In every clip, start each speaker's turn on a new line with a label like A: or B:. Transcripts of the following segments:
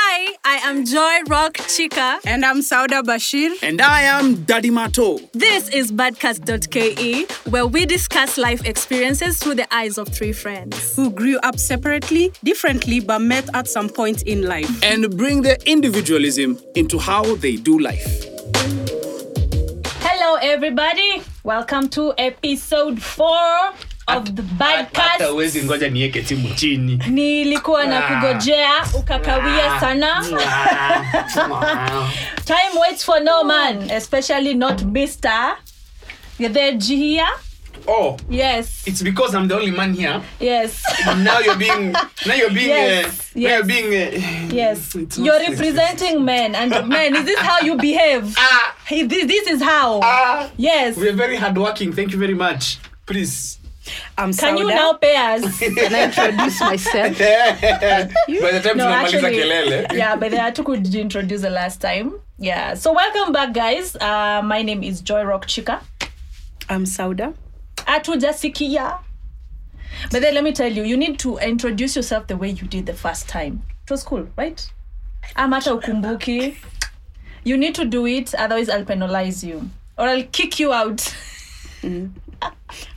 A: I am Joy Rock Chica.
B: And I'm Sauda Bashir.
C: And I am Daddy Mato.
A: This is Badcast.ke, where we discuss life experiences through the eyes of three friends.
B: Who grew up separately, differently, but met at some point in life.
C: And bring their individualism into how they do life.
A: Hello, everybody. Welcome to episode four of the
D: hata
A: Badcast.
D: uwezi ngoja niweke timu chini
A: Nilikuwa na kugojea, ukakawia sana. Time waits for no man, especially not Mr. You're there, G here?
D: oh
A: Yes,
D: it's because i'm the only man here
A: yes,
D: now you're being now you're being
A: Yes,
D: yes, uh, now you're being uh,
A: yes.
D: It's not
A: You're
D: sexist.
A: representing men, and men, is this how you behave?
D: ah,
A: Hey, this, this is how.
D: ah.
A: Yes.
D: we're very hardworking thank you very much please
B: I'm
A: Can
B: Sauda.
A: you now pay us?
B: introduce myself?
D: by the time
A: No,
D: tunamaliza
A: actually,
D: kelele
A: yeah, but I took could introduce the last time. Yeah. So welcome back, guys. Uh, my name is Joy Rock Chica.
B: I'm Sauda.
A: Atujasikia. But then let me tell you, you need to introduce yourself the way you did the first time. It was cool, right? Amata ukumbuki. You need to do it, otherwise I'll penalize you. Or I'll kick you out.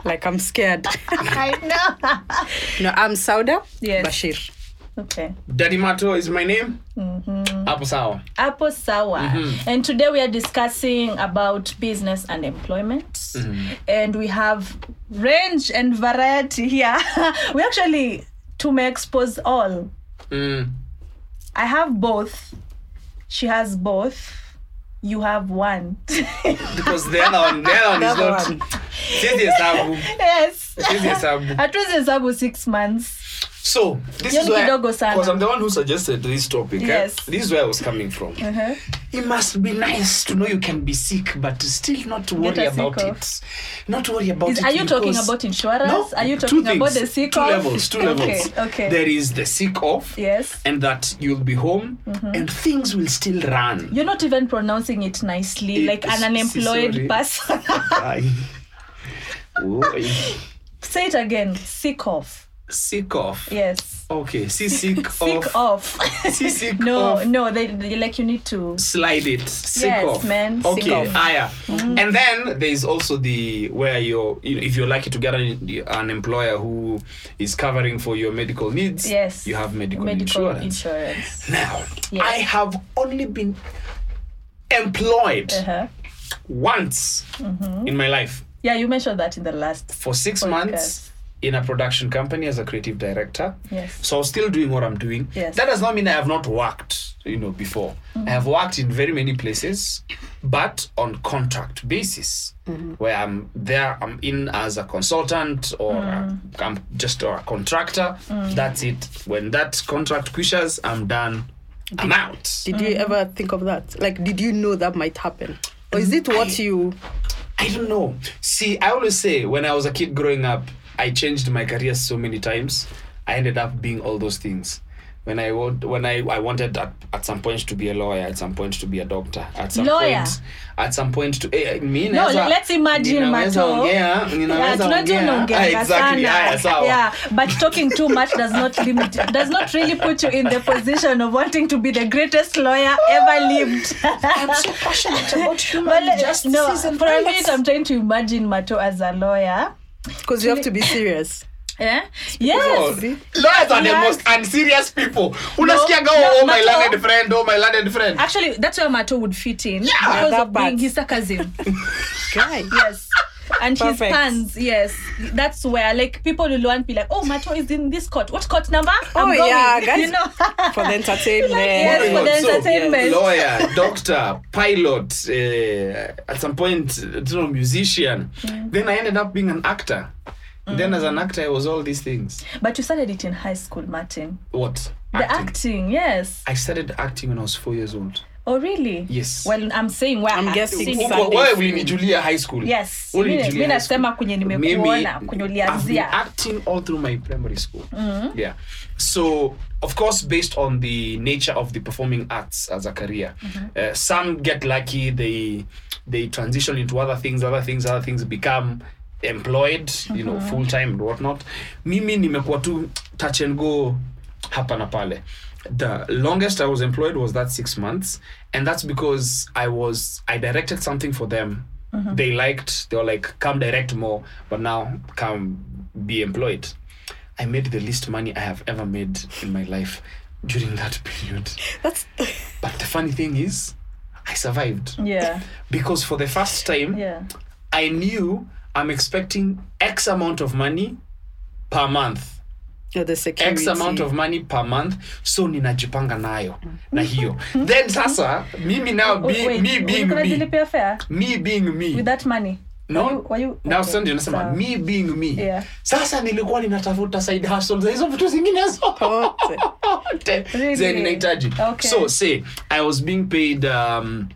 B: Like I'm scared.
A: I know.
B: No, I'm Sauda
A: Yes.
B: Bashir.
A: Okay.
D: daddy mato is my name
A: Mm-hmm.
D: hapo sawa
A: Apple Sour.
D: Mm-hmm.
A: And today we are discussing about business and employment.
D: Mm-hmm.
A: And we have range and variety here. we actually to may expose all.
D: mm.
A: I have both. She has both. You have one.
D: because the other one the other one is
B: Another
D: not
B: one.
D: sisi hesabu
A: yes.
D: sisi hesabu
A: At least it's about six months.
D: So this
A: Yoni
D: is where
A: kidogo sana.
D: because I'm the one who suggested this topic. eh?
A: Yes.
D: This is where I was coming from.
A: Uh-huh.
D: It must be nice to know you can be sick, but still not to worry
A: a sick
D: about
A: off.
D: it. Not to worry about
A: Is-
D: it.
A: are you talking
D: because-
A: about insurance?
D: No,
A: are you
D: two
A: talking about the
D: things,
A: sick
D: Two
A: off?
D: levels. Two levels.
A: Okay. okay.
D: There is the sick off,
A: yes.
D: and that you'll be home,
A: Mm-hmm.
D: and things will still run.
A: You're not even pronouncing it nicely,
D: It-
A: like an
D: s-
A: unemployed
D: sorry.
A: person.
D: Aye. Oi.
A: Say it again. Sick off.
D: sick off.
A: Yes.
D: Okay. See sick,
A: Sick
D: off.
A: off.
D: See sick
A: no,
D: off.
A: no, they, they like you need to.
D: slide it sick
A: Yes,
D: off
A: man, sick
D: okay
A: off. Mm-hmm.
D: ah, yeah. and then there's also the where you're you know, if you're lucky to get an, an employer who is covering for your medical needs
A: Yes.
D: you have medical,
A: medical
D: insurance.
A: insurance.
D: now
A: Yes.
D: i have only been employed
A: Uh-huh. Mm-hmm.
D: once in my life
A: Yeah, you mentioned that in the last.
D: for six
A: Podcast.
D: months in a production company as a creative director
A: Yes.
D: so I was still doing what I'm doing.
A: Yes.
D: That does not mean I have not worked, you know, before. I have worked in very many places, but on contract basis, where I'm there, I'm in as a consultant or a, I'm just a contractor. That's it. When that contract quishes, I'm done. I'm out.
B: Did you ever think of that? Like, did you know that might happen? Or is it what you.
D: I don't know. See, I always say when I was a kid growing up, I changed my career so many times. I ended up being all those things. When I want, when I, I wanted at, at some point to be a lawyer, at some point to be a doctor, at some
A: Lawyer?
D: point, at some point to eh, mi
A: No,
D: naweza-
A: let's imagine,
D: ninaweza
A: Mato.
D: ongea,
A: Yeah,
D: ninaweza
A: tunajua
D: ongea.
A: unaongeanga
D: Ah, exactly.
A: sana.
D: Haya, sawa.
A: Yeah, but talking too much does not limit does not really put you in the position of wanting to be the greatest lawyer ever lived.
D: I'm so passionate about
A: But
D: human
A: let-
D: justice
A: no,
D: and
A: for a
D: rights.
A: minute, I'm trying to imagine Mato as a lawyer.
B: Because you have to be serious.
A: Yeah? Yes.
D: Lord, Oh, Lawyers are the
A: Yeah.
D: most unserious people. Unasikia go,
A: no,
D: oh my
A: Mato.
D: landed friend, oh my landed friend.
A: Actually, that's where Mato would fit in because
B: That
A: of being
B: part.
A: his sarcasm.
B: Guy.
A: yes. And his
B: Perfect.
A: pants, yes. That's where like people will want be like, oh, Mato is in this court. What court number?
B: Oh, yeah,
A: You
B: guys.
A: know.
B: For the entertainment.
A: yes, for the
D: So,
A: entertainment.
D: lawyer, doctor, pilot, uh, at some point, you know, musician.
A: Mm.
D: Then I ended up being an actor. Then as an actor, I was all these things.
A: But you started it in high school, Martin.
D: What?
A: The acting, yes.
D: I started acting when I was four years old.
A: Oh, really?
D: Yes.
A: Well, I'm saying where
B: I'm
A: I've
B: guessing
A: seen
B: Six
A: you.
B: Sunday
D: Huko- wewe
B: school.
D: ulinijulia high school.
A: Yes.
D: Wewe
A: Mimi
D: ulinijulia
A: mimi
D: high
A: nasema kwenye nimekuona, kwenye
D: Mimi, I've been
A: ulianzia.
D: acting all through my primary school
A: Mm-hmm.
D: yeah so of course based on the nature of the performing arts as a career
A: Mm-hmm.
D: uh, some get lucky they they transition into other things other things other things become employed you
A: Mm-hmm.
D: know full time and whatnot mimi nimekuwa tu touch and go hapa na pale the longest I was employed was that six months, and that's because I was I directed something for them.
A: Mm-hmm.
D: They liked. They were like, "Come direct more," but now come be employed. I made the least money I have ever made in my life during that period.
B: That's
D: But the funny thing is, I survived
A: Yeah.
D: because for the first time,
A: Yeah.
D: I knew I'm expecting X amount of money per month.
B: yeah, the security.
D: x amount of money per month so ninajipanga nayo na hiyo then sasa mimi now be,
A: Wait,
D: me being
A: ulikuwa
D: me
A: unajilipia fare
D: me being me
A: with that money?
D: no
A: Were you- were you-
D: now
A: okay,
D: sasa ndio nasema
A: sawa.
D: me being me
A: Yeah.
D: sasa nilikuwa ninatafuta side hustle za hizo vitu zingine zote
B: Wote.
A: Really?
D: zen ninahitaji
A: Okay.
D: so say i was being paid um,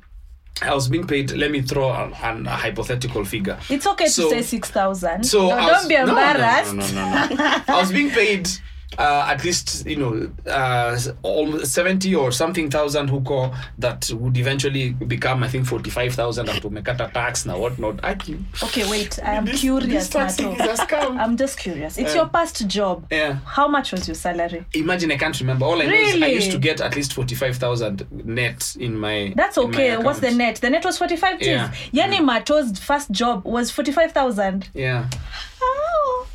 D: i was being paid let me throw an, an, a hypothetical figure
A: It's okay
D: So-
A: to say 6,000. no,
D: So I was,
A: don't be
D: no, no, no,
A: embarrassed.
D: No, no, no, no. I was being paid uh, at least you know uh, almost seventy or something thousand huko that would eventually become I think forty five thousand after umekata tax and whatnot. I
A: Okay, wait. I am curious,
D: This tax thing
A: Mato.
D: is a scam.
A: I'm just curious. It's
D: Yeah.
A: your past job.
D: Yeah.
A: How much was your salary?
D: Imagine I can't remember. All I know is I
A: Really?
D: used to get at least forty five thousand net in my.
A: That's
D: in my
A: okay. What's the
D: account.
A: net? The net was 45 Gs.
D: Yeah. Mm.
A: Yani Mato's first job was 45,000.
D: Yeah,
A: Oh.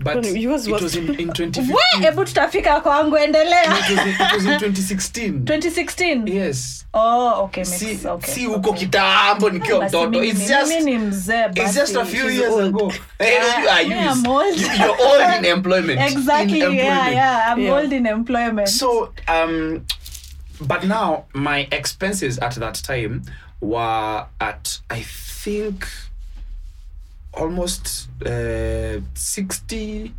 D: but
B: Well,
D: it
B: yours
D: was
B: was-
D: in, in twenty fifteen.
A: We, hebu tutafika kwangu endelea.
D: It was in, it was in twenty sixteen.
A: 2016.
D: Yes.
A: Oh, okay, makes
D: si,
A: okay.
D: si huko kitambo nikiwa
A: Basi
D: mtoto
A: mimi-
D: it's
A: mimi
D: just
A: ni mzee
D: It's just a
A: basi.
D: few
B: She's
D: years
B: old.
D: ago. Hey, you are
A: Yeah, I'm
D: used.
A: old.
D: You- You're old in employment.
A: Exactly.
D: In employment.
A: Yeah, yeah. I'm
B: Yeah.
A: old in employment.
D: So, um, but now my expenses at that time were at I think almost uh, 60,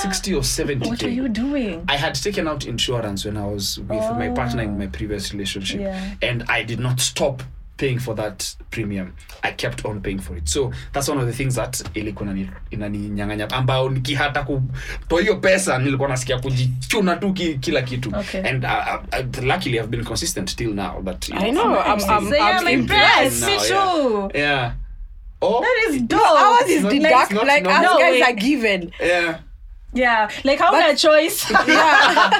D: 60 or seventy.
A: what
D: k.
A: are you doing?
D: I had taken out insurance when I was with my partner in my previous relationship,
A: Oh. Yeah.
D: and I did not stop paying for that premium. I kept on paying for it. So that's one of the things that ilikuwa inani- inaninyang'anya ambayo nikihata kutoa hiyo pesa nilikuwa nasikia kujichuna tu ki, kila kitu
A: Okay.
D: and uh, uh, luckily I've been consistent till now that you
B: I know. I'm, I'm,
A: Say,
B: I'm,
A: I'm impressed.
D: now,
A: Me too.
D: yeah. yeah. Oh,
A: That is dope.
B: Ours is
D: not-
B: deduct.
D: not-
B: Like, us
D: not-
A: No,
B: guys
A: wait.
B: are given.
D: yeah.
A: Yeah, like how a choice.
B: Yeah.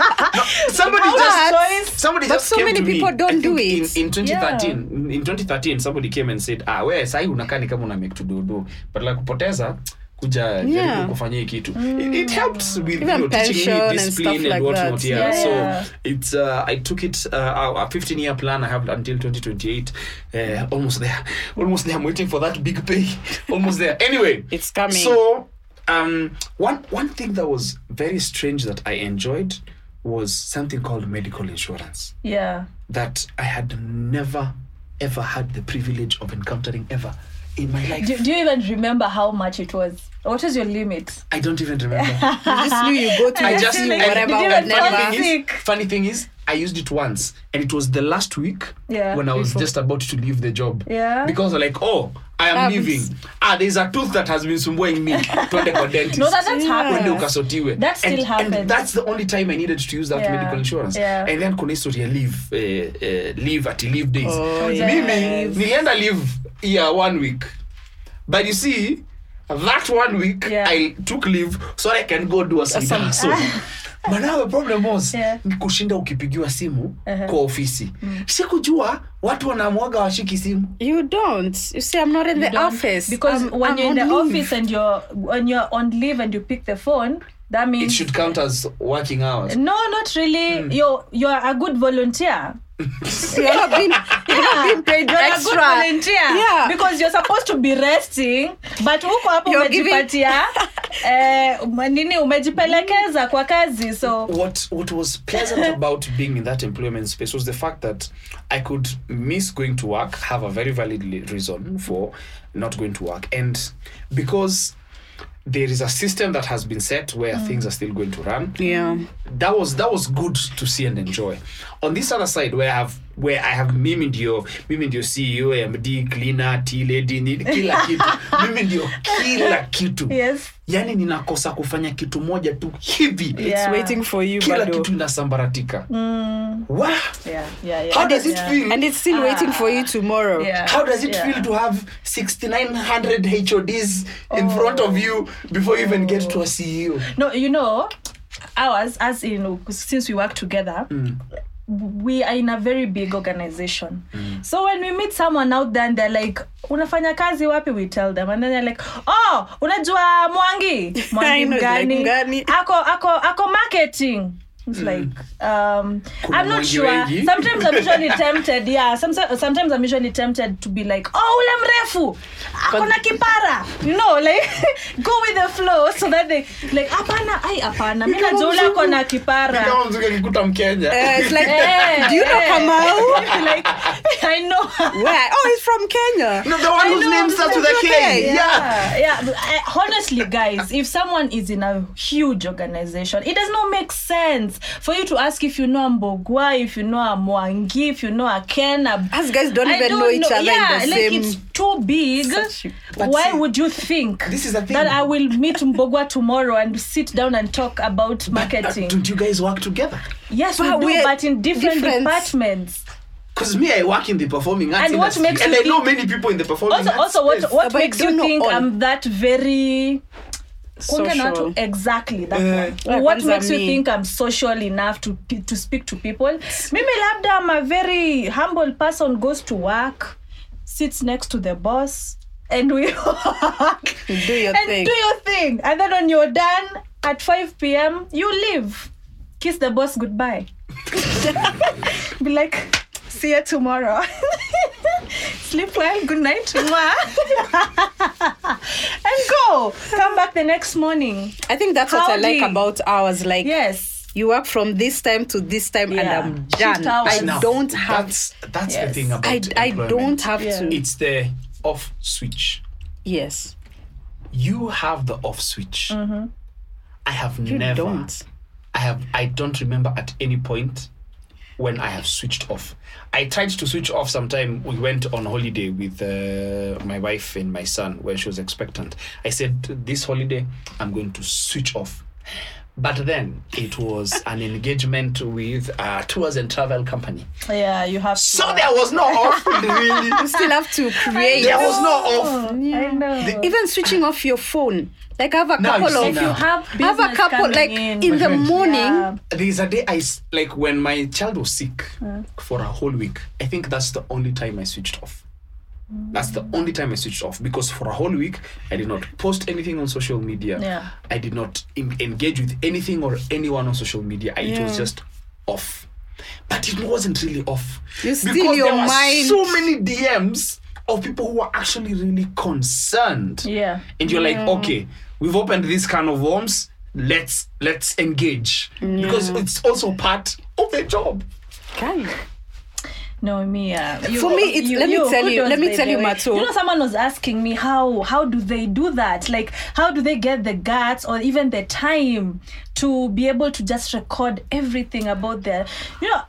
D: Somebody
A: How
D: just
A: much
B: But-
A: choice?
D: somebody
B: But
D: just
B: so
D: came
B: many
D: to me,
B: people don't
D: I
B: do
D: think
B: it.
D: in, in 2013 in 2013 somebody came and said ah we sai unakani kama una make to do do but like kupoteza kuja jaribu kufanya hii kitu it, it helps with you know, teaching
B: pension
D: me
B: Mm. and
D: discipline
B: stuff
D: and,
B: like
D: whatnot
B: that.
D: yeah.
A: Yeah.
D: so it's uh, I took it uh, a 15 year plan I have until 2028 uh, almost there almost there I'm waiting for that big pay almost there anyway
B: It's coming.
D: so um one one thing that was very strange that I enjoyed was something called medical insurance
A: Yeah.
D: that I had never ever had the privilege of encountering ever in my life.
A: Do, do you even remember how much it was? What was your limit?
D: I don't even remember.
B: You just knew you go to
A: I
D: I
A: Yes,
D: just
A: you
D: knew
A: like-
B: whatever,
A: you didn't fall
B: whenever.
D: funny thing,
A: sick.
D: is, funny thing is, I used it once, and it was the last week
A: Yeah.
D: when I was
B: Before.
D: just about to leave the job.
A: Yeah.
D: Because like, oh, I am
B: Um,
D: leaving. Ah, there's a tooth that has been sumbuing me. Twende kwa dentist.
A: No, that that's
B: Yeah.
A: happened.
D: Twende ukasotiwe.
A: That still
D: and,
A: happens.
D: And that's the only time I needed to use that
A: Yeah.
D: medical insurance.
A: Yeah.
D: And then kuna historia leave, eh, eh, leave at leave days.
B: Oh,
D: Mimi
A: yes.
D: nilienda leave year one week. But you see, that one week
A: Yeah.
D: I took leave so I can go do a side
B: some-
D: hustle. But now the problem was
A: Yeah. Uh-huh. Mm.
D: ni kushinda ukipigiwa simu kwa ofisi. Sikujua watu wanamwaga washiki simu.
B: You don't. You see, I'm not in the
A: You don't-
B: office.
A: Because
B: I'm-
A: when
B: I'm
A: you're in the
B: on leave.
A: office and you're when you're on leave and you pick the phone, that
D: It
A: means
D: should Hmm. count as working hours.
A: no, not really. You're you're a good volunteer.
B: you're not being, you're not being paid
A: You're a good
B: extra.
A: volunteer.
B: Yeah.
A: Because you're supposed to be resting, but huko hapo
B: You're giving-
A: umejipatia eh, nini umejipelekeza kwa kazi so
D: What what was pleasant about being in that employment space was the fact that I could miss going to work, have a very valid li- reason for not going to work, and because there is a system that has been set where
A: Mm.
D: things are still going to run.
B: Yeah.
D: that was that was good to see and enjoy. On this other side, where I have where I have mimi ndio mimi ndio CEO, MD, cleaner, tea lady, ni- kila kitu mimi ndio kila kitu
A: yes
D: yani ninakosa kufanya kitu moja tu hivi
A: Yeah.
B: It's waiting for you,
D: kila
B: bado.
D: kitu inasambaratika Wah!
A: Mm. yeah yeah yeah
D: how does it
A: yeah.
D: feel
B: And it's still waiting for you tomorrow.
A: Ah. yeah
D: How does it
A: yeah.
D: feel to have 6,900
A: Oh.
D: HODs in front of you before you even get to a E CEO?
A: No, you know, ours as in since we work together
D: Mm.
A: we are in a very big organization
D: Mm.
A: so when we meet someone out there and they're like unafanya kazi wapi we tell them and then they're like oh unajua mwangi mwangi
B: I know, it's like,
A: mgani
B: "Mgani."
A: ako ako ako marketing It's like um,
D: Mm. Kuna
A: I'm not
D: Mwangi
A: sure.
D: wengi.
A: Sometimes I'm usually tempted. Yeah, sometimes sometimes I'm usually tempted to be like, oh, ule mrefu akona kipara. You know, like go with the flow so that they like apana, ai apana. Mimi najua ule akona kipara.
D: Kama mzungu akikuta mkenya
B: Uh, it's like,
A: Eh,
B: do you know
A: eh.
B: Kamau?
A: like I know.
B: Where? Oh, he's from Kenya.
D: no, the one whose
A: know,
D: name starts with a K.
B: okay.
D: Yeah.
A: yeah, yeah. But I, honestly, guys, if someone is in a huge organization, it does not make sense for you to ask if you know a Mbogwa, if you know a Mwangi, if you know a Ken. A...
B: Us guys don't
A: I
B: even know each other
A: Yeah,
B: in the
A: like
B: same.
A: it's too big.
B: Such- but
A: Why
D: see,
A: would you think
D: this is the thing.
A: that I will meet Mbogwa tomorrow and sit down and talk about marketing?
D: Don't you guys work together?
A: yes, we
B: But
A: do,
B: we're
A: but in different
B: different.
A: departments.
D: Because me, I work in the performing arts
A: And what
D: industry,
A: makes
D: and
A: you
D: I know
A: think-
D: many people in the performing
A: Also,
D: arts
A: also, what
D: space.
A: what
B: But I
A: makes you
B: don't know
A: think
B: all.
A: I'm that very Kunga na
B: Social. Uh,
A: watu- exactly that one.
B: Like,
A: what
B: kwanza
A: makes you
B: me.
A: think i'm social enough to, pe- to speak to people mimi labda i'm a very humble person goes to work sits next to the boss and we work
B: Do your
A: and
B: thing.
A: do your thing and then when you're done at 5 p.m you leave kiss the boss goodbye be like see you tomorrow sleep well good night Mwah. and go come back the next morning
B: I think that's what I like
A: Howdy.
B: about ours. Like,
A: yes
B: you work from this time to this time,
A: Yeah.
B: and I'm
A: Shift
B: done.
A: hours.
B: I
D: Now,
B: don't have.
D: That's, that's the
A: Yes.
D: thing about
B: I, I
D: employment.
B: don't have
A: Yeah.
B: to.
D: It's the off switch.
B: Yes.
D: You have the off switch. I have
B: Mm-hmm. You
D: never.
B: don't.
D: I have. I don't remember at any point when I have switched off. I tried to switch off sometime. We went on holiday with uh, my wife and my son when she was expectant. I said, "This holiday, I'm going to switch off." But then it was an engagement with a tours and travel company.
A: yeah you have to
D: So there was no off, really.
B: You still have to create.
D: There was no off.
A: i know
B: Even switching off your phone. Like, I have a
D: Now you
B: couple
D: see
B: of.
D: now.
A: you have
B: I have a
A: business
B: couple,
A: coming
B: like,
A: in,
B: in, the morning.
A: Yeah.
D: There's a day I s- like when my child was sick
B: Mm.
D: for a whole week. I think that's the only time I switched off.
B: Mm.
D: That's the only time I switched off because for a whole week I did not post anything on social media.
A: Yeah.
D: I did not en- engage with anything or anyone on social media. I, It was just off. But it wasn't really off.
B: You still
D: because
B: your
D: there were
B: mind.
D: so many DMs of people who are actually really concerned
A: yeah
D: and you're like okay we've opened this can of worms let's let's engage because it's also part of the job
B: Guys.
A: No, me. Uh,
B: For me, it's- let me tell
A: good
B: you- let
A: ones,
B: me
A: by
B: tell
A: the
B: you,
A: way.
B: Mato.
A: You know, someone was asking me how how do they do that? Like, how do they get the guts or even the time to be able to just record everything about their, you know,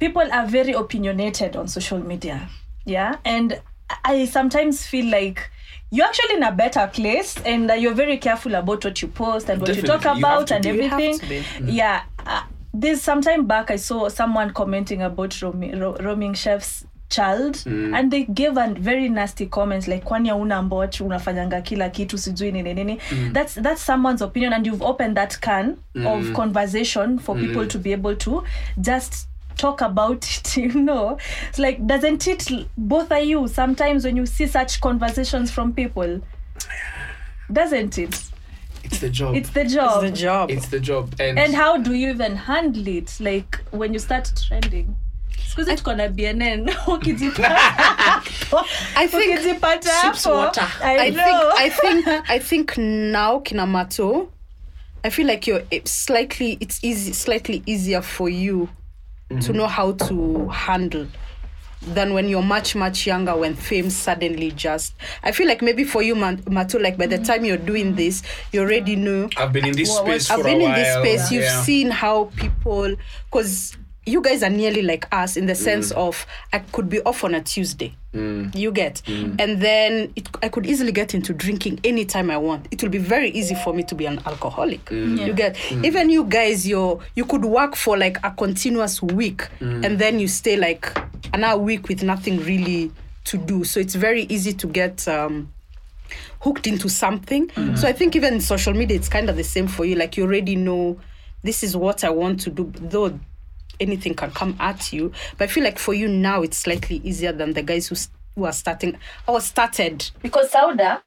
A: people are very opinionated on social media. Yeah, and I sometimes feel like. You're actually in a better place, and uh, you're very careful about what you post and what you talk
D: Definitely, you have
A: about
D: to
A: and
D: be.
B: You have
A: everything.
B: to be. Mm-hmm.
A: Yeah. Uh, this some time back, I saw someone commenting about roaming, ro- roaming chef's child
B: Mm.
A: and they gave a very nasty comments like kwani hauna mboch unafanyanga kila kitu sijui nini nini
B: Mm.
A: that's, that's someone's opinion and you've opened that can of conversation for people
B: Mm.
A: to be able to just talk about it you know it's like doesn't it bother you sometimes when you see such conversations from people doesn't it
D: it's the job
A: it's
D: it's,
A: the job
B: The job.
D: the job and,
A: and how do you even handle it like when you start trending because it's gonna be an end i
B: I think-
D: Sips water.
A: I,
B: I think
A: know.
B: I think I think now Kinamato, I feel like you're it's slightly it's easy slightly easier for you
D: Mm-hmm.
B: to know how to handle than when you're much much younger when fame suddenly just I feel like maybe for you Man- Mato like by the
A: Mm-hmm.
B: time you're doing this you already know
D: i've been in this
A: Well,
D: space
B: I've
D: for
B: been
D: a
B: in
D: while
B: this space. You've
D: Yeah.
B: seen how people, because you guys are nearly like us
D: Mm.
B: in the sense of I could be off on a Tuesday. You get,
D: Mm.
B: and then it, I could easily get into drinking anytime I want. It will be very easy for me to be an alcoholic.
D: Mm.
B: You get, even you guys, you you could work for like a continuous week,
D: Mm.
B: and then you stay like another week with nothing really to do. So it's very easy to get. Um, hooked into something. So I think even in social media, it's kind of the same for you. Like you already know
E: this is what I want to do, though anything can come at you. But I feel like for you now, it's slightly easier than the guys who, s- who are starting or started.
F: because Sauda,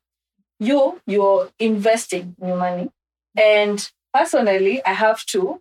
F: you you're investing new money, and personally, I have to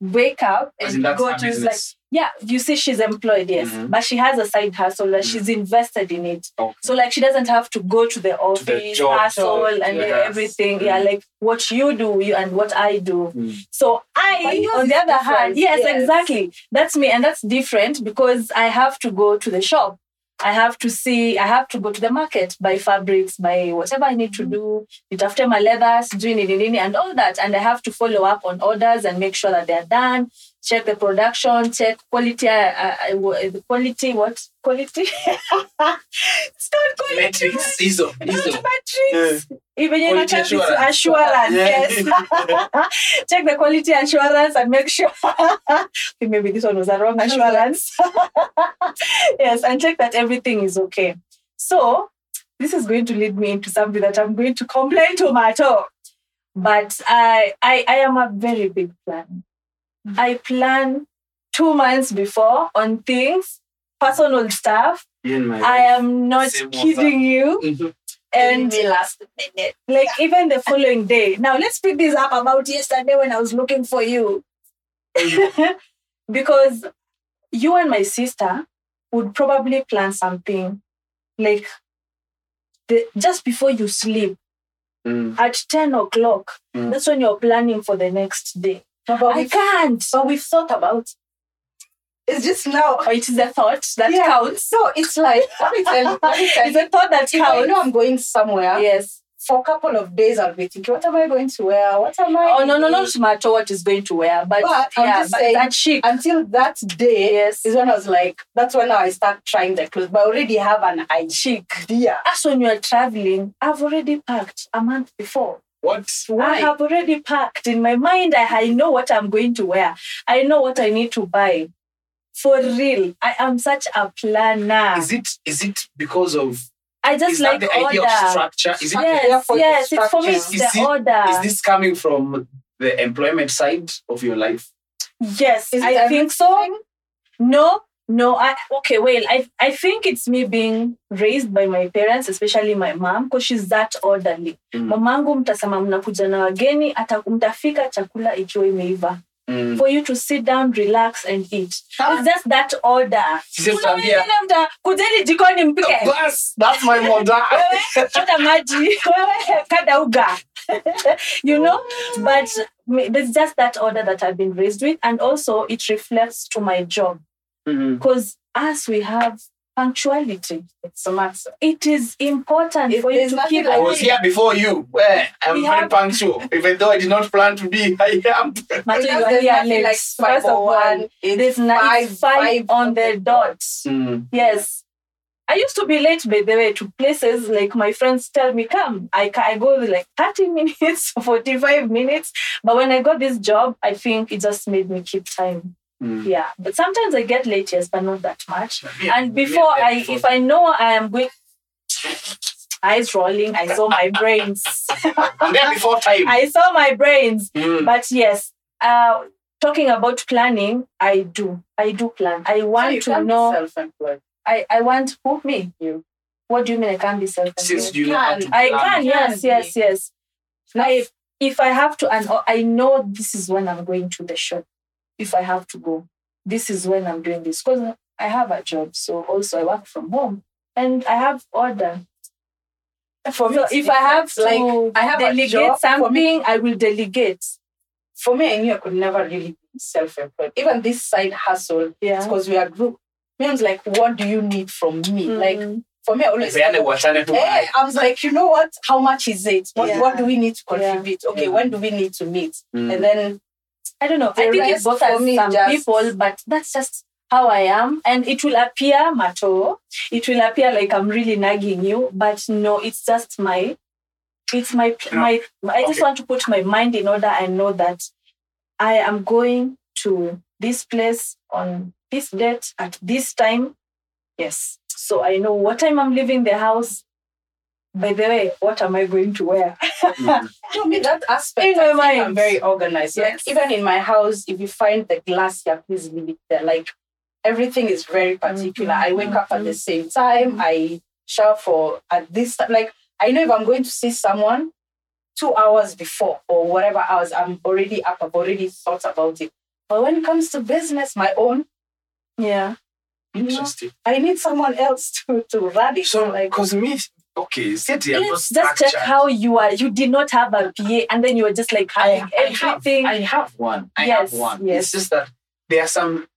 F: wake up
D: As
F: and
D: in that's
F: go
D: her
F: to like
D: business.
F: yeah. You see, she's employed, yes,
D: Mhm.
F: but she has a side hustle that she's invested in it.
D: Okay.
F: So like she doesn't have to go to the office,
D: job,
F: hustle,
D: so-
F: and
D: Yes.
F: everything. Yeah, Mm. like what you do, you and what I do.
D: Mm.
F: So
B: But
F: I,
B: yours
F: on the
B: is
F: other hand,
B: different,
F: yes,
B: yes.
F: exactly. That's me, and that's different because I have to go to the shop. I have to see. I have to go to the market, buy fabrics, buy whatever I need to
B: Mm.
F: do. Nitafute my leathers, do nini nini, and all that. And I have to follow up on orders and make sure that they are done. Check the production, check quality. Uh, uh, uh, wa- the quality, what quality? it's not quality.
D: Matrix, hizo,
F: Not
D: hizo.
F: matrix. Even in
D: Eh. Quality
F: assurance, assurance
D: Yeah.
F: yes. Check the quality assurance and make sure. Maybe this one was a wrong assurance. yes, and check that everything is okay. So, this is going to lead me into something that I'm going to complain to Mato. But I, I, I am a very big planner.
D: Mm.
F: I plan two months before on things, personal stuff.
D: In my
F: I am not
D: Same author.
F: kidding you.
D: Mhm.
F: And
B: Maybe last minute.
F: like even the following day. Now let's pick this up about yesterday when I was looking for you. because you and my sister would probably plan something like the, just before you sleep
D: Mm.
F: at 10 o'clock.
D: Mm.
F: That's when you're planning for the next day.
B: No, but,
F: I
B: we've,
F: can't.
B: but we've thought about it. Oh, It's just now.
F: Or it is a thought that
B: Yeah.
F: counts.
B: So it's like, let me tell you, let me tell
F: It's
B: you.
F: a thought that
B: If I
F: counts.
B: know I'm going somewhere,
F: Yes.
B: for a couple of days I'll be thinking, what am I going to wear? What am I?
F: Oh, no, no, not matter what is going to wear, but,
B: But I'm
F: yeah,
B: just
F: but
B: saying-
F: that chic.
B: Until that day
F: Yes.
B: is when I was like, that's when I start trying the clothes, but I already have an idea.
F: As when you are traveling, I've already packed a month before.
D: What?
F: I have already packed in my mind. I, I know what I'm going to wear. I know what I need to buy. For real, I am such a planner.
D: Is it? Is it because of?
F: I just
D: is
F: like
D: that the idea
F: order.
D: of structure? Is it?
F: yes,
B: for
F: yes. It's for me. It's
B: structure?
F: the
D: Is it-
F: order.
D: Is this coming from the employment side of your life?
F: yes,
B: Is it
F: I think so.
B: everything?
F: No, no. I okay. Well, I I think it's me being raised by my parents, especially my mom, because she's that orderly.
D: Mm.
F: Mamangu mtasema mnakuja na wageni, ata mtafika chakula ikiwa imeiva.
D: Mm.
F: for you to sit down, relax, and eat.
B: Ah.
F: It's just that order.
D: Sisi
F: Kuna
D: kuambia.
F: wengine mta- kujeni jikoni mpike
D: Yes, that's my
F: wewe
D: mother.
F: chota maji wewe kada uga you know but me- there's just that order that I've been raised with and also it reflects to my job
D: Mm.
F: because as we have punctuality
B: It's so much.
F: it is important
B: If
F: for you
B: there's
F: to
B: nothing
F: keep
B: like
D: I was here before you. Where I'm
F: We
D: very
F: have-
D: punctual, even though I did not plan to be. I am.
F: Matter you
B: There's
F: are here
B: nothing like
F: late. First of all,
B: 501, it's
F: there's na-
B: five-
F: it's five
B: five
F: on the dot.
D: Mm.
F: Yes. I used to be late, by the way, to places like my friends tell me, come. I, ca- I go with like 30 minutes, 45 minutes. But when I got this job, I think it just made me keep time.
D: Mm.
F: Yeah. But sometimes I get late, yes, but not that much.
D: Yeah,
F: and
D: we are
F: before
D: there
F: I,
D: before.
F: if I know I am going, eyes rolling, I saw my brains.
D: I'm there before time.
F: I saw my brains.
D: Mm.
F: But yes, uh, talking about planning, I do. I do plan. I want to know.
B: self-employed.
F: I, I want who me
B: You.
F: What do you mean I can't be self
D: Since you know how to
F: I
D: plan.
F: can yes
B: Can
F: yes yes. Now if if I have to and oh, I know this is when I'm going to the shop. If I have to go, this is when I'm doing this because I have a job. So also I work from home and I have order.
B: For me,
F: So
B: it's
F: if I have to
B: different. like I have a
F: delegate
B: job, for me,
F: something, I will delegate.
B: for me, I knew I could never really be self-employed. Even this side hustle,
F: Yeah.
B: because we are group. Me, I was like, what do you need from me? Like
F: Mm.
B: for me, I always
D: Upeane uachane tu.
B: Eh, I was like, you know what? How much is it? What,
F: Yeah.
B: what do we need to
F: Yeah.
B: contribute? Okay,
D: Yeah.
B: when do we need to meet?
D: Mm.
B: And then
F: I don't know.
B: The
F: I think it
B: rest for
F: bothers
B: me
F: some
B: just-
F: people, but that's just how I am. And it will appear mato. It will appear like I'm really nagging you, but no, it's just my, it's my my. I just
D: Okay.
F: want to put my mind in order and know that I am going to this place on this date at this time. Yes, so I know what time I'm leaving the house. by the way, what am I going to wear?
B: No, me, that aspect.
F: In
B: I
F: my
B: think
F: mind.
B: I'm very organized.
F: Yes.
B: Like even in my house, if you find the glass, yeah, please leave it there. Like everything is very particular. I wake up at the same time. I shower for at this time. Like I know if I'm going to see someone two hours before or whatever hours, I'm already up. I've already thought about it. But when it comes to business, my own,
A: yeah
D: Interesting.
B: I need someone else to to run it.
D: So,
B: like
D: because me, okay, city, I'm not
A: let's just check
D: structured.
A: how you are you did not have a pa and then you were just like having everything
D: I have, I have one. I
A: Yes,
D: have one.
A: yes.
D: It's just that there are some.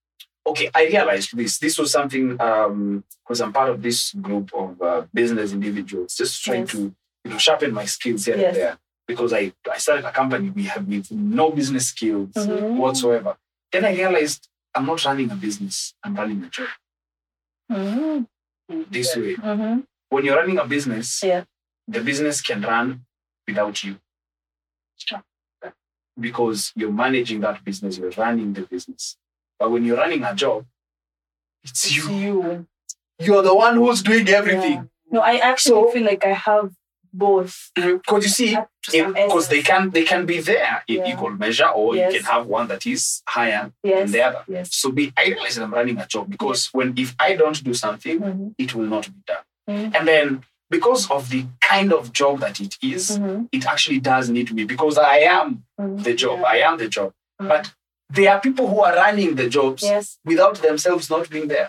D: Okay, I realized this. This was something because I'm part of this group of uh, business individuals, just trying
A: Yes.
D: to you know sharpen my skills here
A: Yes.
D: and there. Because I, I started a company we have with no business skills
A: Mhm.
D: whatsoever. Then I realized I'm not running a business. I'm running a job
A: Mhm,
D: this way.
A: mhm.
D: When you're running a business,
A: Yeah.
D: the business can run without you because you're managing that business, you're running the business. But when you're running a job, it's you.
A: you
D: You're the one who's doing everything.
A: no i actually
D: So-
A: feel like i have both
D: Because you see,
A: Up to some
D: because they
A: essence.
D: can they can be there in
A: Yeah.
D: equal measure, or
A: Yes.
D: you can have one that is higher
A: yes
D: than the other.
A: yes
D: So be I realize I'm running a job because when if I don't do something,
A: Mhm,
D: it will not be done.
A: Mhm.
B: Mm-hmm.
D: And then because of the kind of job that it is,
B: Mm-hmm.
A: mhm,
D: it actually does need me because I am
A: mhm.
D: the job.
B: Yeah. Mm-hmm.
D: I am the job.
A: Mm.
D: But there are people who are running the jobs
A: yes
D: without themselves not being there.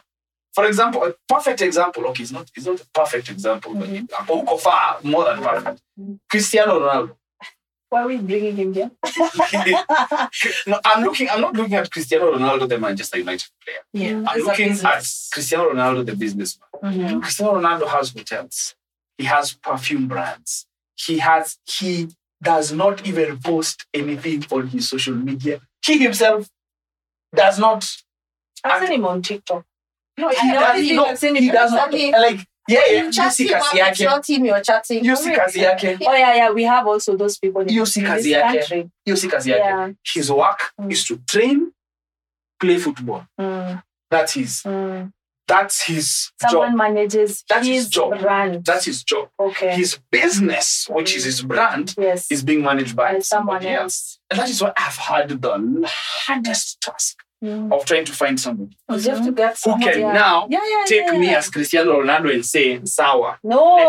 D: For example, a perfect example. Okay, it's not it's not a perfect example,
B: Mm-hmm.
D: but Apoko far more than perfect. Cristiano Ronaldo.
A: why are we bringing him here
D: no, I'm looking. I'm not looking at Cristiano Ronaldo, the Manchester United player.
B: yeah,
A: Mm-hmm.
D: I'm
B: it's a
D: looking at
B: business.
D: Cristiano Ronaldo, the businessman.
A: Mhm.
D: Cristiano Ronaldo has hotels. He has perfume brands. He has he does not even post anything on his social media. He himself does not.
A: i've seen him on tiktok
D: No, he
B: I know
D: does,
B: this
D: no,
B: thing I've seen
D: he
B: him
D: does not.
B: recently.
D: Like yeah, yeah. You
B: Chat
D: see
B: him up, it's
D: Kasiake.
B: not him you're chatting.
D: You see Kasiake.
A: oh yeah yeah we have also those people in
D: You see
A: in this
D: Kaziake.
A: country
D: You see Kasiake.
A: yeah
D: His work
A: Mm.
D: is to train, play football.
A: Mm,
D: That's his.
A: mm.
D: That's his
A: someone
D: job.
A: manages
D: That's his
A: his
D: job.
A: brand
D: That's his job.
A: okay
D: His business, which is his brand,
A: yes
D: is being managed by
A: and someone
D: somebody else.
A: else
D: And that is why I've had the hardest task
A: Mm.
D: of trying to find somebody
B: You have to get
D: who
B: someone.
D: can
A: yeah.
D: now
A: yeah yeah
D: take
A: yeah,
D: me
A: yeah.
D: as Cristiano Ronaldo and say, Sawa,
A: no
D: let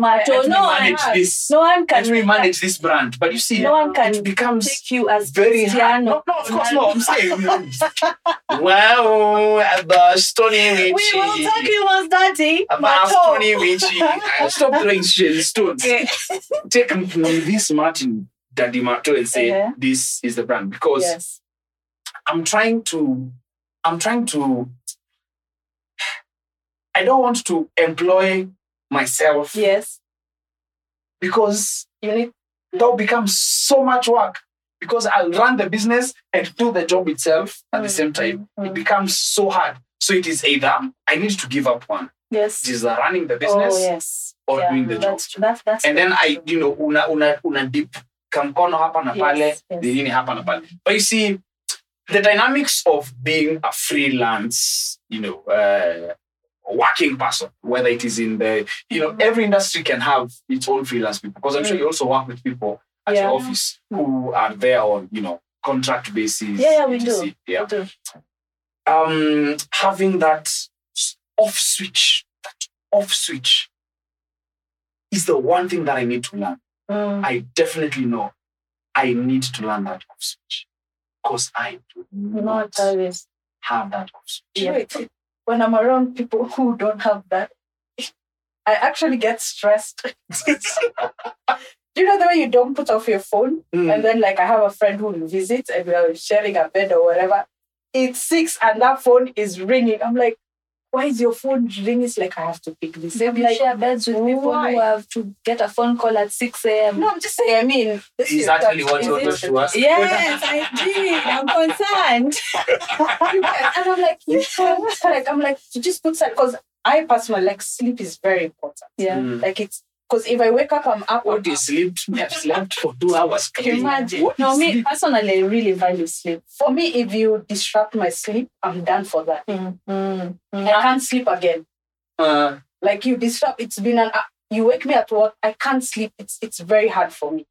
A: mato
D: me
A: no one
D: manage this.
A: no one
D: let
A: can
D: me manage this brand. But you see,
A: no one can
D: it becomes
A: take you as
D: very hard.
A: Cristiano
D: No, no, of course, no. I'm saying, wow, about Stony
A: we
D: Richie.
A: will talk he was dirty
D: About
A: mato
D: Stony Richie. Uh, Stop throwing shit- stones.
A: okay
D: Take me from this Martin, Daddy Mato, and say,
A: Yeah.
D: this is the brand. Because
A: yes
D: I'm trying to, I'm trying to, I don't want to employ myself
A: yes
D: because you need, that'll become so much work. Because I'll run the business and do the job itself at the same time. It becomes so hard. So it is either I need to give up one. It
A: yes
D: is either running the business
A: oh yes
D: or
A: yeah,
D: doing the job.
A: that's true that's that's
D: And then I, you know, una una una dip kamkono hapa na pale,
A: Yes, yes.
D: nini hapa na pale. But you see, the dynamics of being a freelance, you know, uh, working person, whether it is in the, you know, every industry can have its own freelance people because I'm sure you also work with people at
A: Mm. Yeah.
D: your office who are there on, you know, contract basis.
A: Yeah, yeah, we
D: etc.
A: do.
D: Yeah
A: We do.
D: um, having that s- off switch, that off switch is the one thing that I need to learn.
A: Mm.
D: I definitely know I need to learn that off switch because I do
A: not
D: not
A: always
D: have that off switch.
B: You know, it- when I'm around people who don't have that, I actually get stressed. you know the way you don't put off your phone,
D: Mm.
B: and then like I have a friend who will visit, and we are sharing a bed or whatever. It's six, and that phone is ringing. I'm like, why is your phone ringing? It's like I have to pick this.
A: They will
B: Like,
A: share beds with people
B: why?
A: who have to get a phone call at 6 a.m.
B: no, I'm just saying. I mean, this
D: Is
B: is
D: actually
B: that-
D: what
B: is
D: you
B: it-
D: want to ask.
A: Yes, I did. I'm concerned.
B: Yes, and I'm like, you can't. like I'm like, you just put because I personally like sleep is very important.
A: Yeah.
D: Mm.
B: Like it's because if I wake up, I'm up.
D: What is sleep? I have slept for two hours.
B: Can you imagine?
D: What
A: No,
D: is
A: me
D: sleep?
A: personally, I really value sleep.
B: for me, if you disrupt my sleep, I'm done for that.
A: Mm, mm, mm.
B: I can't sleep again.
D: Uh,
B: Like you disrupt. It's been an
F: you wake me at work, I can't sleep. It's it's very hard for me.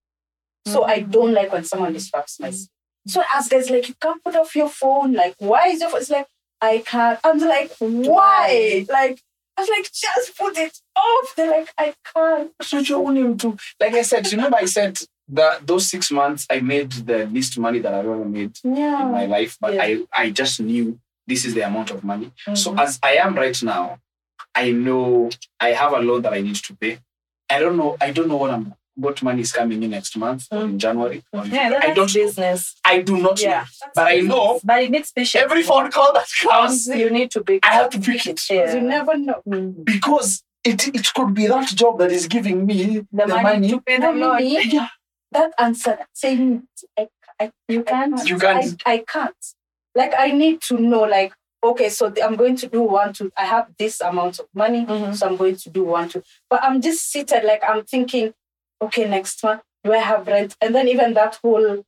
F: So I
A: Mm.
F: don't like when someone disrupts my sleep. So I ask guys, like, you can't put off your phone. Like, why is your phone? It's like, I can't. I'm like, why? Like, I was like, just put it off. They're like, I can't.
D: Sucho only into like I said, remember I said that those six months I made the least money that I've ever made in my
A: Oh,
F: Yeah.
D: life, but
F: Yeah.
D: I, I just knew this is the amount of money. So
A: Mm-hmm.
D: as I am right now, I know I have a loan that I need to pay. I don't know, I don't know what I'm what money is coming in next month or in January. Or in
A: Mm-hmm. Yeah,
D: February. I don't know.
A: business.
D: I do not
F: Yeah.
D: know. But I know
A: But it needs patience.
D: every phone call that comes,
A: you need to pick.
D: I have to pick it.
A: Yeah.
F: You never know.
D: Because it, it could be that job that is giving me the,
A: the, money, to pay the
F: Not
A: loan.
F: me.
D: Yeah.
F: That answer, that saying I, I, you can't.
D: You can't.
F: I, I can't. Like I need to know. Like okay, so th- I'm going to do one two. I have this amount of money,
A: Mhm.
F: so I'm going to do one two. But I'm just seated. Like I'm thinking, okay, next month do I have rent? And then even that whole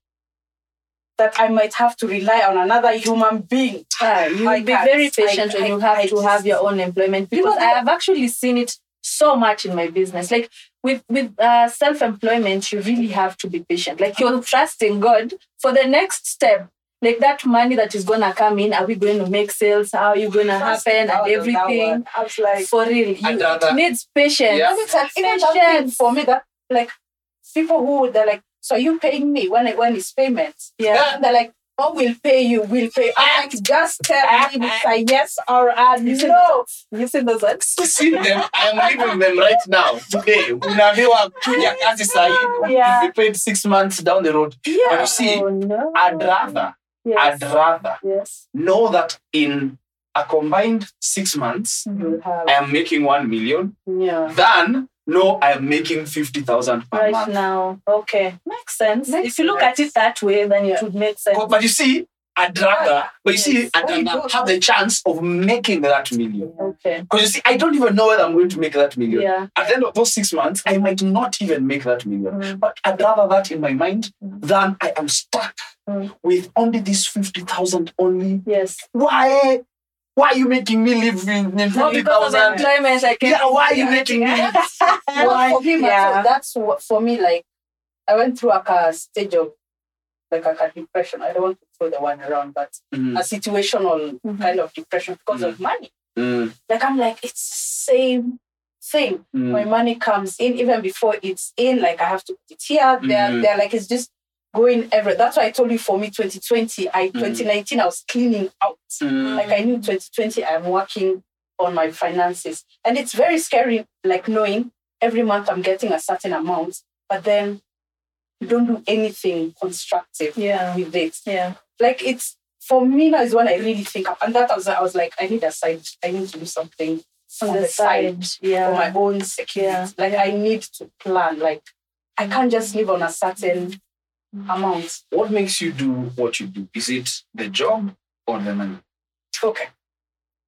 F: that I might have to rely on another human being.
A: Yeah, Ah, you
F: I
A: will be
F: can't.
A: very patient
F: I-
A: when
F: I-
A: you have
F: I
A: to
F: just-
A: have your own employment because
F: Because
A: I have actually seen it so much in my business. Like with with uh, self employment, you really have to be patient. Like you're trusting God for the next step. Like that money that is gonna come in, are we going to make sales? How are you gonna happen and everything?
F: I was like.
A: For real, you,
D: And the
A: it
D: other-
A: needs patience.
D: Yeah.
F: Because it's an even that thing
A: Patience.
F: for me that like people who they're like, so are you paying me when I, when it's payment?
A: Yeah.
F: And they're like, oh, we'll pay you, we'll pay. I'm like, just tell me it's a yes or a no.
A: You see those ads?
D: see them. I'm leaving them right now today. Unaambiwa kuja kazi sahi.
A: Yeah.
D: Be paid six months down the road. But
A: Yeah.
D: you see,
A: Oh, no.
D: I'd rather,
A: Yes.
D: I'd rather
A: yes.
D: know that in a combined six months,
F: You'll have
D: I am making one million
F: yeah.
D: than no, I am making fifty thousand per
A: Right
D: month.
A: now, okay, makes sense.
F: Makes
A: if you look at it that way, then it would make sense.
D: But you see, I'd rather, but you see,
F: Yes.
D: I'd
F: Oh, you
D: rather
F: don't
D: have
F: know.
D: the chance of making that million.
A: Okay.
D: Because you see, I don't even know whether I'm going to make that million.
A: Yeah.
D: At the end of those six months, I might not even make that million.
A: Mm.
D: But I'd rather that in my mind than I am stuck
A: Mm.
D: with only this 50,000 only.
A: Yes.
D: Why? Why are you making me live in, in
A: Not because of
D: 50,000?
A: employment, I can
D: Yeah, why are you making me live?
F: Well, for me,
A: Yeah.
F: yeah. that's what, for me. Like, I went through like a stage of like a kind of depression. I don't want to throw the one around, but a
D: Mm,
F: situational
A: Mhm.
F: kind of depression because of money.
D: mm,
F: Like, I'm like, it's the same thing. my
D: mm.
F: money comes in even before it's in like i have to put it here there
D: Mhm.
F: there like it's just going every that's why i told you for me 2020 i
A: Mm.
F: 2019 i was cleaning out
D: Mm.
F: like i knew 2020 i'm working on my finances and it's very scary like knowing every month i'm getting a certain amount but then you don't do anything constructive
A: Yeah.
F: with it
A: Yeah.
F: like it's for me now is when i really think and that was i was like i need a side i need to do something
A: On the side.
F: for my
A: Yeah.
F: own security.
A: Yeah.
F: Like I need to plan. Like I can't just live on a certain amount.
D: What makes you do what you do? Is it the job or the money?
F: Okay.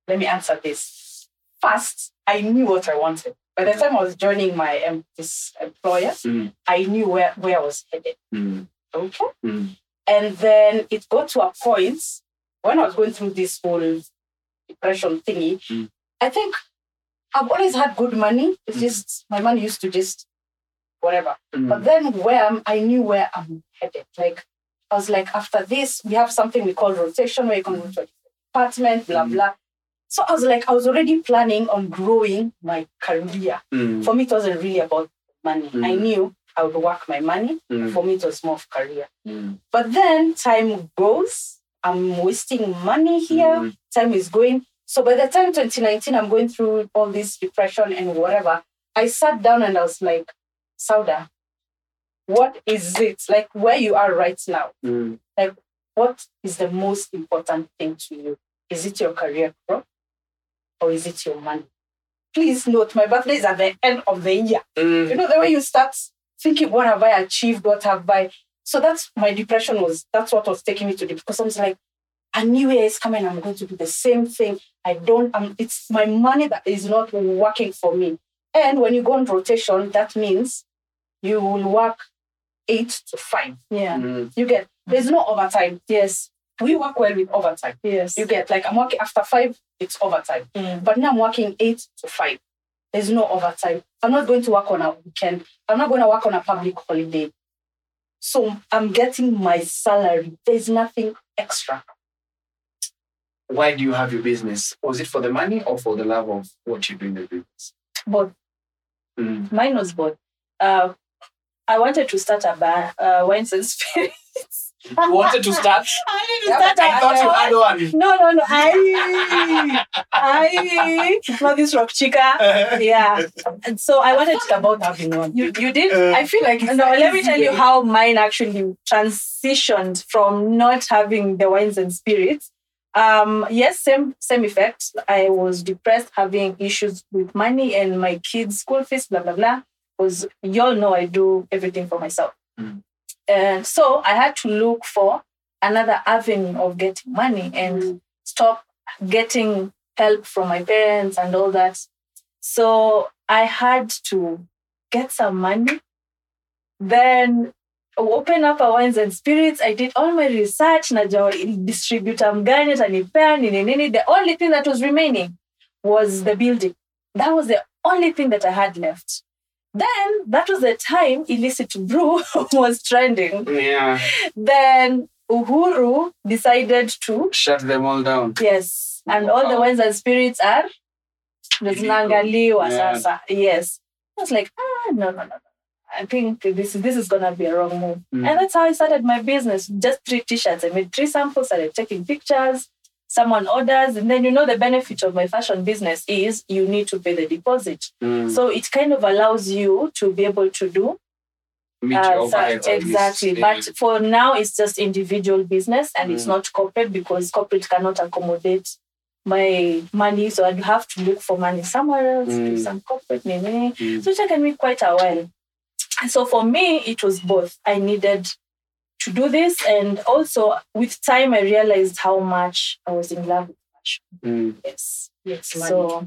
F: Let me answer this. First, I knew what I wanted. By the time I was joining my em- this employer,
D: Mm.
F: I knew where, where I was headed.
D: Mm,
F: Okay.
D: mm,
F: And then it got to a point when I was going through this whole depression thingy.
D: Mm.
F: I think I've always had good money. It's
D: Mm.
F: just my money used to just whatever. But
D: mm,
F: then where I'm, I knew where I'm headed. Like I was like, after this, we have something we call rotation where you can go to a department, blah
D: Mhm.
F: blah. So I was like, I was already planning on growing my career.
D: mm,
F: For me, it wasn't really about money. I
D: Mhm.
F: knew I would work my money.
D: mm,
F: For me, it was more of career.
D: mm,
F: But then time goes. I'm wasting money here.
D: mm,
F: Time is going. So by the time 2019, I'm going through all this depression and whatever. I sat down and I was like, Sauda, what is it? Like where you are right now,
D: mm,
F: what is the most important thing to you? Is it your career growth or is it your money? Please note, my birthday is at the end of the year you
D: mm.
F: know the way you start thinking what have i achieved what have i so that's my depression was that's what was taking me to the because i was like a new year is coming i'm going to do the same thing i don't um, it's my money that is not working for me and when you go on rotation that means you will work eight to five
A: Yeah.
D: Mm,
F: you get there's no overtime
A: Yes.
F: we work well with overtime
A: Yes.
F: you get like i'm working after five it's overtime
A: Mm.
F: but now i'm working eight to five There's no overtime. I'm not going to work on a weekend. I'm not going to work on a public holiday. So I'm getting my salary. There's nothing extra.
D: Why do you have your business? Was it for the money or for the love of what you do in the business?
F: But
D: Mm.
F: mine was both. Uh, I wanted to start a bar, uh, wines and spirits.
G: You wanted to start.
F: I
D: Yeah, but I thought you had one.
F: No, no, no. I, I, not this rock chica. Yeah. And so I wanted to about having one. You, you did? I feel like no. Let me tell you how mine actually transitioned from not having the wines and spirits. Um, yes, same same effect. I was depressed, having issues with money and my kids' school fees, blah blah blah. Because y'all know I do everything for myself,
D: Mm.
F: and so I had to look for another avenue of getting money and stop getting help from my parents and all that. So I had to get some money, then open up a wines and spirits. I did all my research, najua distributor mgani atanipea nini nini. The only thing that was remaining was the building. That was the only thing that I had left. Then that was the time illicit brew was trending.
D: Yeah,
F: Then Uhuru decided to
D: shut them all down.
F: Yes. And all the wines and spirits are zinaangaliwa
D: Yeah.
F: sasa. Yes. I was like, ah, no, no, no, no. I think this is this is gonna be a wrong move.
D: Mm.
F: And that's how I started my business. Just three t-shirts. I made three samples, started taking pictures, someone orders, and then you know the benefit of my fashion business is you need to pay the deposit.
D: Mm.
F: So it kind of allows you to be able to do
D: Meet
F: uh,
D: your
F: so-
D: overheads at least.
F: exactly.
D: Yeah.
F: But for now, it's just individual business and it's
D: Mm.
F: not corporate because corporate cannot accommodate my money. So I'd have to look for money somewhere else, do
D: Mm.
F: some corporate, nini, nini.
D: Mm.
F: so it taken me quite a while. And So for me, it was both. I needed to do this. And also with time, I realized how much I was in love with fashion.
D: Mm.
F: Yes.
B: Yes,
F: So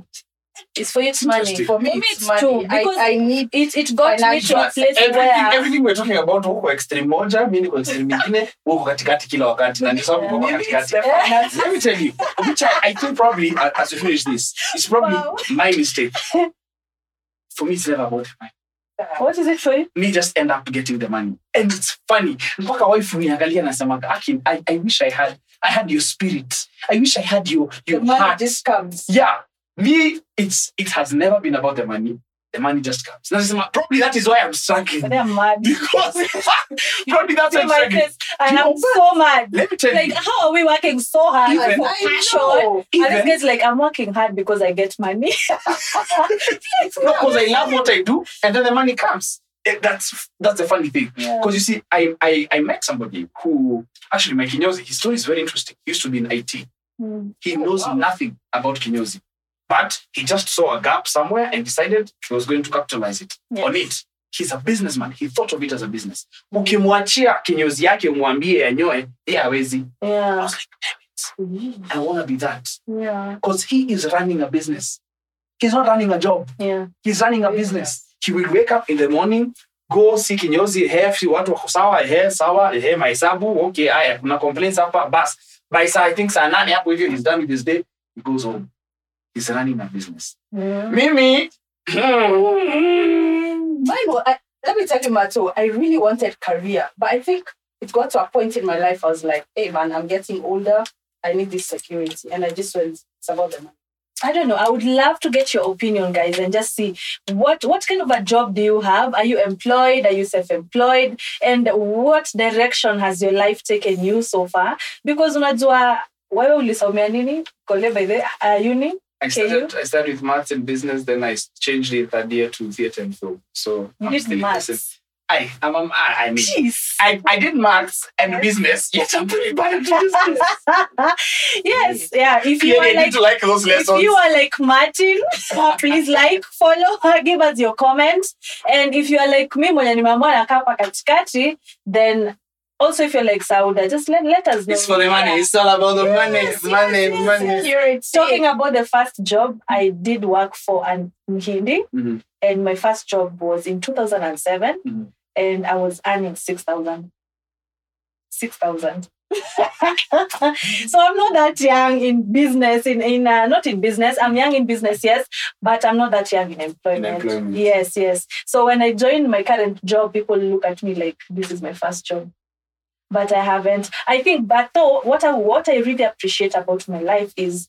F: it's for you, it's money.
D: Interesting.
B: for me,
F: For me,
B: it's,
F: it's
B: money.
F: too, because
B: I, I need
F: It, it got me to a
B: Financial-
F: place
D: everything,
F: where
D: everything we're talking about huko extreme moja mi niko extreme nyingine huko katikati kila wakati na ndisabu
F: Maybe
D: kwa katikati let me tell you which I, I think probably uh, as we finish this it's probably
F: Wow.
D: my mistake for me it's never about the money
F: what is it for you?
D: me just end up getting the money and it's funny mpaka wife uniangalia nasemaga akin I, i wish i had i had your spirit i wish i had your,
B: the
D: your
B: money
D: heart
B: just comes.
D: yeah me it's it has never been about the money the money just comes nasema probably that is why i'm struggling
F: They're mad.
D: because probably that's
F: See
D: why I'm
F: my
D: struggling.
F: face, and
D: You
F: I'm
D: know what?
F: so mad.
D: Let me tell
F: Like,
D: you,
F: how are we working so hard
D: Even-
F: for
B: I
F: passion?
B: know.
F: And this guy's like, I'm working hard because I get money.
D: no, because I love what I do, and then the money comes. Eh, That's that's the funny thing.
F: Yeah.
D: Because you see, I, I I met somebody who actually my kinyozi. His story is very interesting. He used to be in IT.
F: Mm.
D: He knows nothing about kinyozi, but he just saw a gap somewhere and decided he was going to capitalize it
F: Yes.
D: on it. He's a businessman. He thought of it as a business. Ukimwachia kinyozi yake umwambie anyoe, yeye hawezi.
F: Yeah.
D: I want to be that.
F: Yeah.
D: because he is running a business. He's not running a job.
F: Yeah.
D: He's running a business. He will wake up in the morning, go see kinyozi, hair, si watu wako sawa, hair sawa, hair mahesabu, okay, haya, kuna complaints hapa, bas. By saa, I think saa nane hapo hivyo, he's done with his day, he goes home. He's running a business.
F: Mm.
D: Mimi,
B: Mine was, I, let me tell you, Mato, I really wanted career, but I think it got to a point in my life I was like, hey man, I'm getting older. I need this security. And I just went, it's about the money.
F: I don't know. I would love to get your opinion, guys, and just see what what kind of a job do you have? Are you employed? Are you self-employed? And what direction has your life taken you so far? Because unajua wewe ulisomea nini? Kole by the uh, uni?
D: I started, I started with maths and business, then I changed it third year to theater and film. So,
F: You
D: I'm
F: did
D: still in the same-
F: maths.
D: I, I'm, I'm, I I mean,
F: Jeez.
D: I, I did maths and business, yet I'm pretty bad at business.
F: yes, yeah. If you
D: Clearly,
F: are
D: I
F: like
D: need to like those
F: if
D: lessons.
F: you are like Martin, please like, follow, give us your comment. And if you are like me, mwenye nimeamua nakaa hapa katikati, then also if you're like Sauda, just let, let us know.
D: it's for the money. It's all about the
F: Yes,
D: money, money,
F: yes, yes,
D: money.
F: yes. Talking about the first job, I did work for an Mhindi,
D: Mhm.
F: and my first job was in 2007,
D: Mhm.
F: and I was earning 6,000. 6,000. so I'm not that young in business. In in uh, not in business. I'm young in business, yes, but I'm not that young in employment.
H: employment.
F: Yes, yes. So when I joined my current job, people look at me like this is my first job, but I haven't. I think, but though, what I what I really appreciate about my life is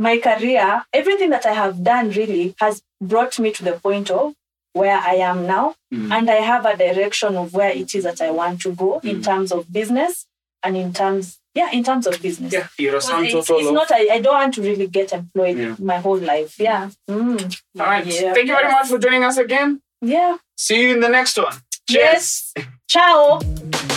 F: my career. Everything that I have done really has brought me to the point of where I am now,
H: Mm.
F: and I have a direction of where it is that I want to go in
H: Mm.
F: terms of business and in terms yeah in terms of business
H: Yeah, you're a
F: Because
H: sum
F: it's,
H: total
F: it's
H: of-
F: not I, I don't want to really get employed
H: Yeah.
F: my whole life yeah Mm.
H: All right.
F: Yeah.
H: Thank you very much for joining us again.
F: yeah
H: See you in the next one. Cheers.
F: yes ciao